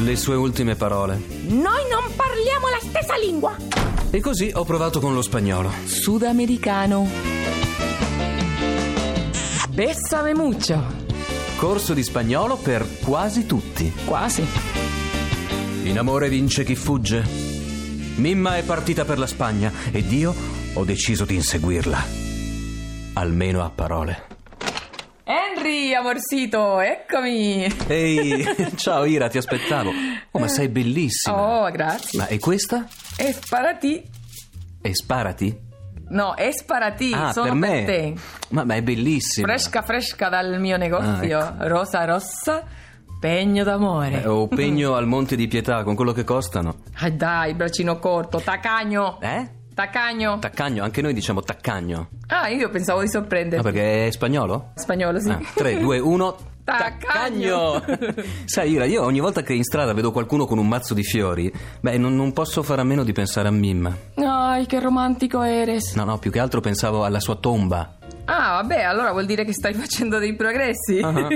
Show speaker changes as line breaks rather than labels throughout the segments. Le sue ultime parole.
Noi non parliamo la stessa lingua.
E così ho provato con lo spagnolo.
sudamericano. Bessame mucho.
Corso di spagnolo per quasi tutti.
Quasi.
In amore vince chi fugge. Mimma è partita per la Spagna ed io ho deciso di inseguirla. Almeno a parole.
Henry, amorcito, eccomi.
Ehi, ciao Ira, ti aspettavo. Oh, ma sei bellissima.
Oh, grazie.
Ma e questa?
Es para ti.
E sparati?
No, es para ti.
ah,
Sono
per me.
te.
Ma, ma è bellissima.
Fresca, fresca dal mio negozio.
Ah,
Rosa, rossa. Pegno d'amore.
Eh, Ho pegno al Monte di Pietà con quello che costano.
Ah, dai, braccino corto. Tacagno.
Eh?
Tacagno.
Taccagno, anche noi diciamo taccagno.
ah, io pensavo di
Ah,
sorprenderti.
perché Ah, è spagnolo?
Spagnolo, sì.
3, 2, 1.
Taccagno!
Sai, Ira, io ogni volta che in strada vedo qualcuno con un mazzo di fiori, beh, non, non posso fare a meno di pensare a Mimma.
Ai, che romantico eres.
No, no, più che altro pensavo alla sua tomba.
Ah, vabbè, allora vuol dire che stai facendo dei progressi.
Ah.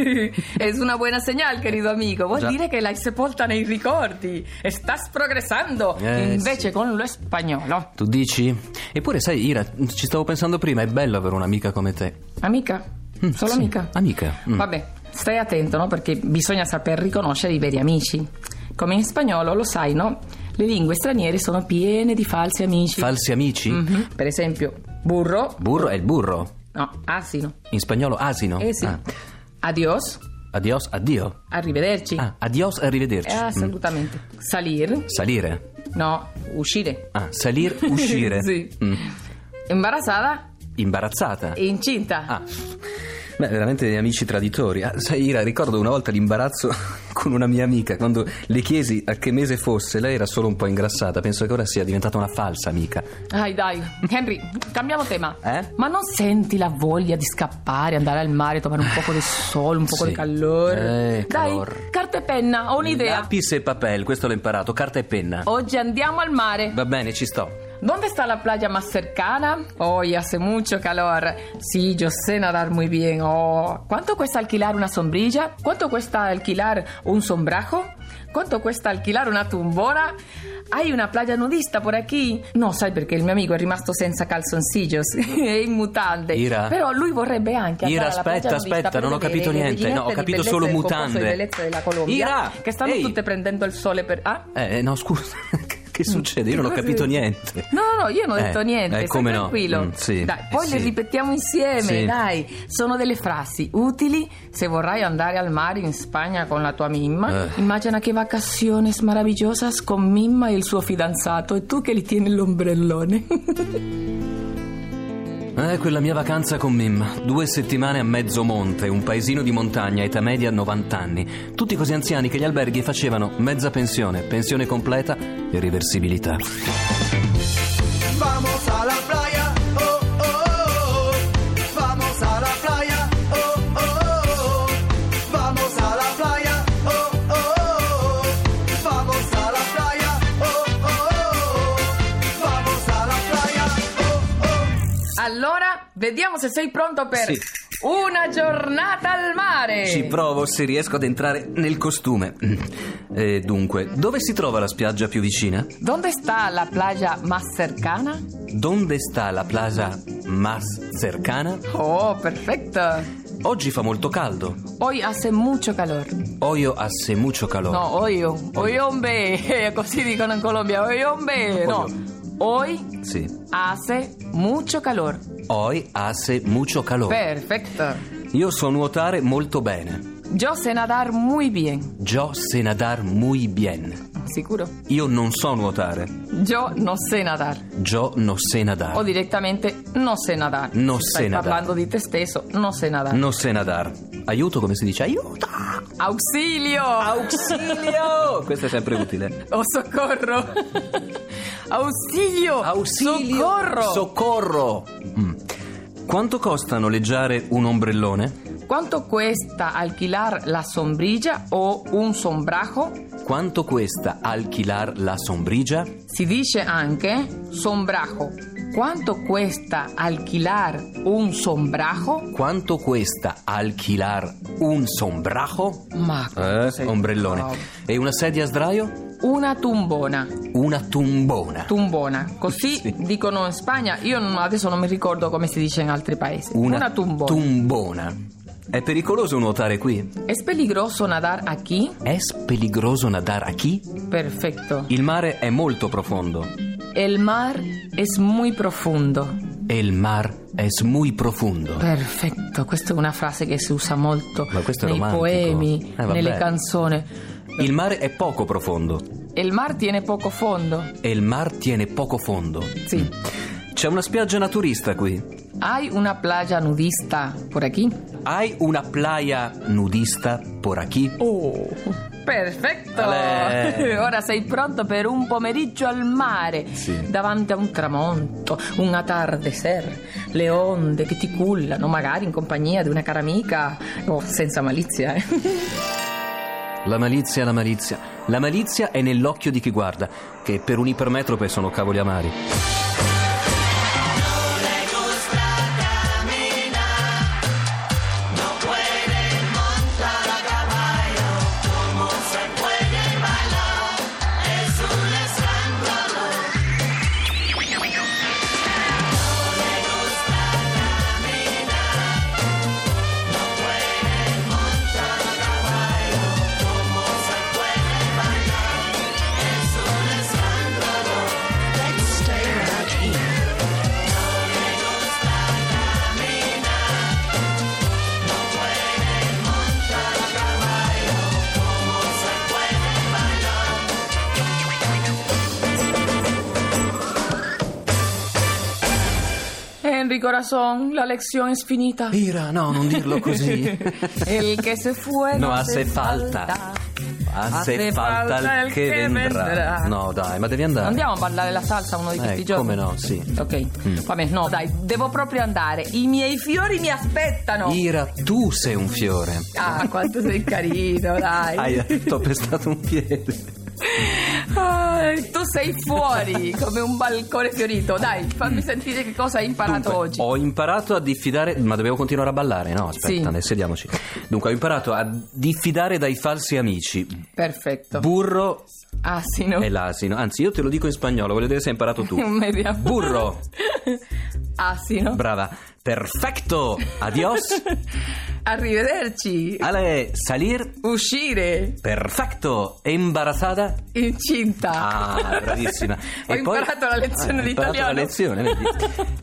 es una buena señal, querido amico. Vuol
Già.
dire che l'hai sepolta nei ricordi. Estás progressando.
Eh,
Invece
sì.
con lo spagnolo.
Tu dici? Eppure, sai, Ira, ci stavo pensando prima, è bello avere un'amica come te.
Amica?
Mm,
Solo
sì,
amica?
Amica. mm.
Vabbè, stai attento, no? Perché bisogna saper riconoscere i veri amici. Come in spagnolo, lo sai, no? Le lingue straniere sono piene di falsi amici.
Falsi amici?
Mhm. Per esempio, burro.
Burro è il burro.
No, asino.
In spagnolo asino.
Eh sì.
Ah,
Adios.
adios, addio.
Arrivederci.
Ah, adios, arrivederci.
Eh,
Mm.
assolutamente. Salir.
Salire.
No, uscire.
Ah, salir, uscire.
Sì.
Mm.
Imbarazzata
Imbarazzata.
e incinta.
Ah. Beh, veramente amici traditori. Ah, sai, Ira, ricordo una volta l'imbarazzo con una mia amica. Quando le chiesi a che mese fosse, lei era solo un po' ingrassata. Penso che ora sia diventata una falsa amica.
Dai, dai. Henry, cambiamo tema.
Eh?
Ma non senti la voglia di scappare, andare al mare, trovare un poco di sole, un poco
Sì.
di calore?
Eh,
dai,
calor.
carta e penna, ho un'idea.
Lapis e papel, questo l'ho imparato. Carta e penna.
Oggi andiamo al mare.
Va bene, ci sto.
¿Dónde está la playa más cercana? Hoy hace mucho calor. Sí, yo sé nadar muy bien. Oh, ¿Cuánto cuesta alquilar una sombrilla? ¿Cuánto cuesta alquilar un sombrajo? ¿Cuánto cuesta alquilar una tumbona? Hay una playa nudista por aquí. No, sai perché il mio amico è rimasto senza calzoncillos e in mutande.
Ira.
Però lui vorrebbe anche andare
Ira,
alla playa
aspetta,
nudista
aspetta,
per
non ho
vedere
capito
le
niente.
gallinette
No, ho
di
capito
bellezza
solo
del concorso
mutande.
di bellezza della Colombia,
Ira,
che stanno
ehi.
tutte prendendo il sole per ah?
Eh, no, scusa. che succede? Io non ho
Cos'è?
capito niente.
No, no, no, io non ho
Eh,
detto niente. stai
eh, come no?
tranquillo.
Mm, sì,
dai,
eh,
poi le
sì.
ripetiamo insieme,
Sì.
dai. Sono delle frasi utili se vorrai andare al mare in Spagna con la tua Mimma.
Eh.
Immagina che vacazioni meravigliose con Mimma e il suo fidanzato e tu che li tieni l'ombrellone.
Eh, quella mia vacanza con Mim. Due settimane a mezzo monte, un paesino di montagna, età media 90 anni. Tutti così anziani che gli alberghi facevano mezza pensione, pensione completa e reversibilità.
Eh.
Vamos a la playa, oh, oh, oh, oh. Vamos a la playa, oh, oh, oh, oh. Vamos a la playa, oh, oh, oh, oh. Vamos a la playa, oh, oh, oh, oh. Vamos a la playa, oh, oh.
allora, vediamo se sei pronto per
Sì.
una giornata al mare.
Ci provo se riesco ad entrare nel costume. E dunque, dove si trova la spiaggia più vicina?
Dove sta la playa más cercana?
Donde sta la plaza más cercana?
Oh, perfetto.
Oggi fa molto caldo.
Hoy hace mucho calor.
Oio hace mucho calor.
No, oio, oiombe, così dicono in Colombia, oiombe. No, hoy
Sì.
hace mucho calor.
Hoy hace mucho calor.
Perfecto.
Io so nuotare molto bene.
Yo sé nadar muy bien,
Yo sé nadar muy bien.
sicuro.
Io non so nuotare.
Yo no sé nadar,
Yo no sé
o
nadar.
direttamente no sé nadar.
No
Stai
sé nadar.
parlando di te stesso, no sé nadar.
Non sé nadar. Aiuto come si dice? Aiuto!
Auxilio!
Auxilio! Questo è sempre utile.
Oh soccorro! Auxilio!
Auxilio!
Soccorro!
Soccorro! Mm. Quanto costa noleggiare un ombrellone?
¿Cuánto cuesta alquilar la sombrilla o un sombrajo?
Quanto questa alquilar la sombriglia?
Si dice anche sombrajo. ¿Cuánto cuesta alquilar un sombrajo?
Quanto questa alquilar un sombrajo?
Ma
Eh,
sì. Ah.
ombrellone.
Wow.
E una sedia a sdraio?
Una tumbona.
Una tumbona.
Tumbona, così
Sì.
dicono in Spagna, io non- adesso non mi ricordo come si dice in altri paesi. Una, tumbona.
tumbona. È pericoloso nuotare qui?
¿Es peligroso nadar aquí?
È speligroso nadare a chi?
Perfecto.
Il mare è molto profondo.
El mar es muy profundo.
E il mar è muy profondo.
Perfetto, questa è una frase che si usa molto
Ma questo è
nei
romantico.
poemi,
Eh, vabbè.
nelle canzoni.
Il mare è poco profondo.
Il mar tiene poco fondo.
E il mar tiene poco fondo.
Sì.
C'è una spiaggia naturista qui.
Hai una playa nudista por aquí?
Hai una playa nudista por aquí?
Oh. Perfetto!
Ale.
Ora sei pronto per un pomeriggio al mare,
Sì.
davanti a un tramonto, un atardecer, le onde che ti cullano, magari in compagnia di una cara amica, o senza malizia. eh.
La malizia, la malizia. La malizia è nell'occhio di chi guarda, che per un ipermetrope sono cavoli amari.
Henry Corazon, la lezione è finita.
Ira, no, non dirlo così.
El que se fue
No, hace falta. Hace falta il che vendrà. No, dai, ma devi andare.
Andiamo a parlare della salsa uno di questi
Eh,
giorni?
come no, sì. Mm.
Ok, vabbè, no, dai, devo proprio andare. I miei fiori mi aspettano.
Ira, tu sei un fiore.
Ah, quanto sei carino, dai.
Aia, ti ho pestato un piede.
Ah, tu sei fuori come un balcone fiorito. Dai, fammi sentire che cosa hai imparato oggi.
Ho imparato a diffidare, ma dovevo continuare a ballare, no? Aspetta,
Sì.
ne sediamoci. Dunque, ho imparato a diffidare dai falsi amici.
Perfetto.
Burro
Asino.
e l'asino. Anzi, io te lo dico in spagnolo, voglio vedere se hai imparato tu.
Media.
Burro,
Asino.
brava. Perfetto. Adios.
Arrivederci.
Ale, salir.
Uscire.
Perfetto. Embarazada.
Incinta.
Ah, bravissima.
Ho imparato la lezione di
Ah, hai imparato
italiano.
la lezione, vedi?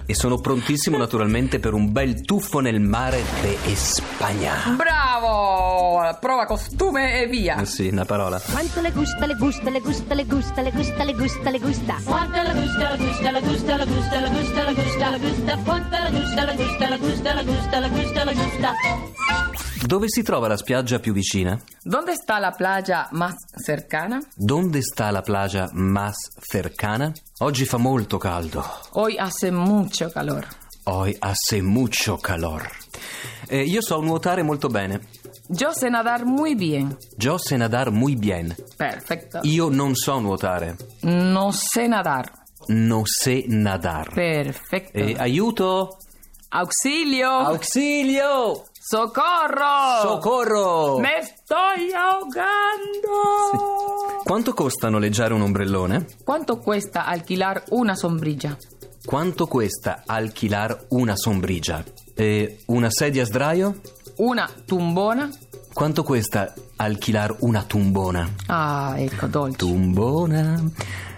e sono prontissimo naturalmente per un bel tuffo nel mare de Spagna.
Bravo! Prova costume e via.
Eh Sì, una parola.
Quanto le gusta, le gusta, le gusta, le gusta, le gusta, le gusta, le gusta.
Quanta la gusta, la gusta, la gusta, la gusta, la gusta, la gusta, la gusta, quanta la gusta, la gusta, la gusta, la gusta, la gusta, la gusta.
Dove si trova la spiaggia più vicina?
¿Dónde está la playa más cercana?
Dove sta la playa más cercana? Oggi fa molto caldo.
Hoy hace mucho calor.
Hoy hace mucho calor. Eh, io so nuotare molto bene.
Yo sé nadar muy bien.
Yo sé nadar muy bien.
Perfecto.
Io non so nuotare.
No sé nadar.
No sé nadar.
Perfecto.
Eh, aiuto!
Auxilio.
Auxilio!
Socorro.
Socorro!
Oh. Me estoy ahogando.
Quanto costa noleggiare un ombrellone?
¿Cuánto cuesta alquilar una sombrilla?
Quanto questa alquilar una sombriglia? E una sedia a sdraio?
Una tumbona.
Quanto questa alquilar una tumbona?
Ah, ecco, dolce.
Tumbona.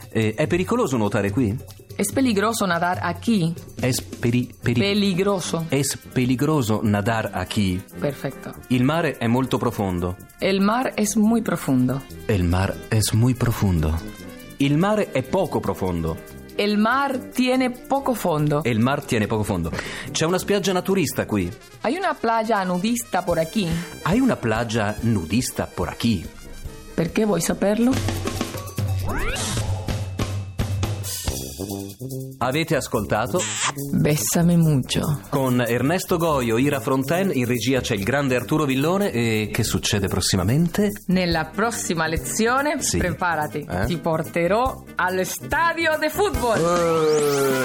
Eh, è pericoloso nuotare qui?
Es peligroso nadar aquí.
È speri- peri-
Peligroso.
è speligroso nadar a chi?
Perfecto.
Il mare è molto profondo.
El mar es muy profundo.
Il mar è muy profondo. Il mare è poco profondo.
El mar tiene poco fondo.
E il mar tiene poco fondo. C'è una spiaggia naturista qui.
Hay una playa nudista por aquí.
Hai una plaggia nudista por aquí?
Perché vuoi saperlo?
Avete ascoltato?
Bésame mucho.
Con Ernesto Goio, Ira Fronten, in regia c'è il grande Arturo Villone e che succede prossimamente?
Nella prossima lezione,
Sì.
preparati,
Eh?
ti porterò allo stadio di football.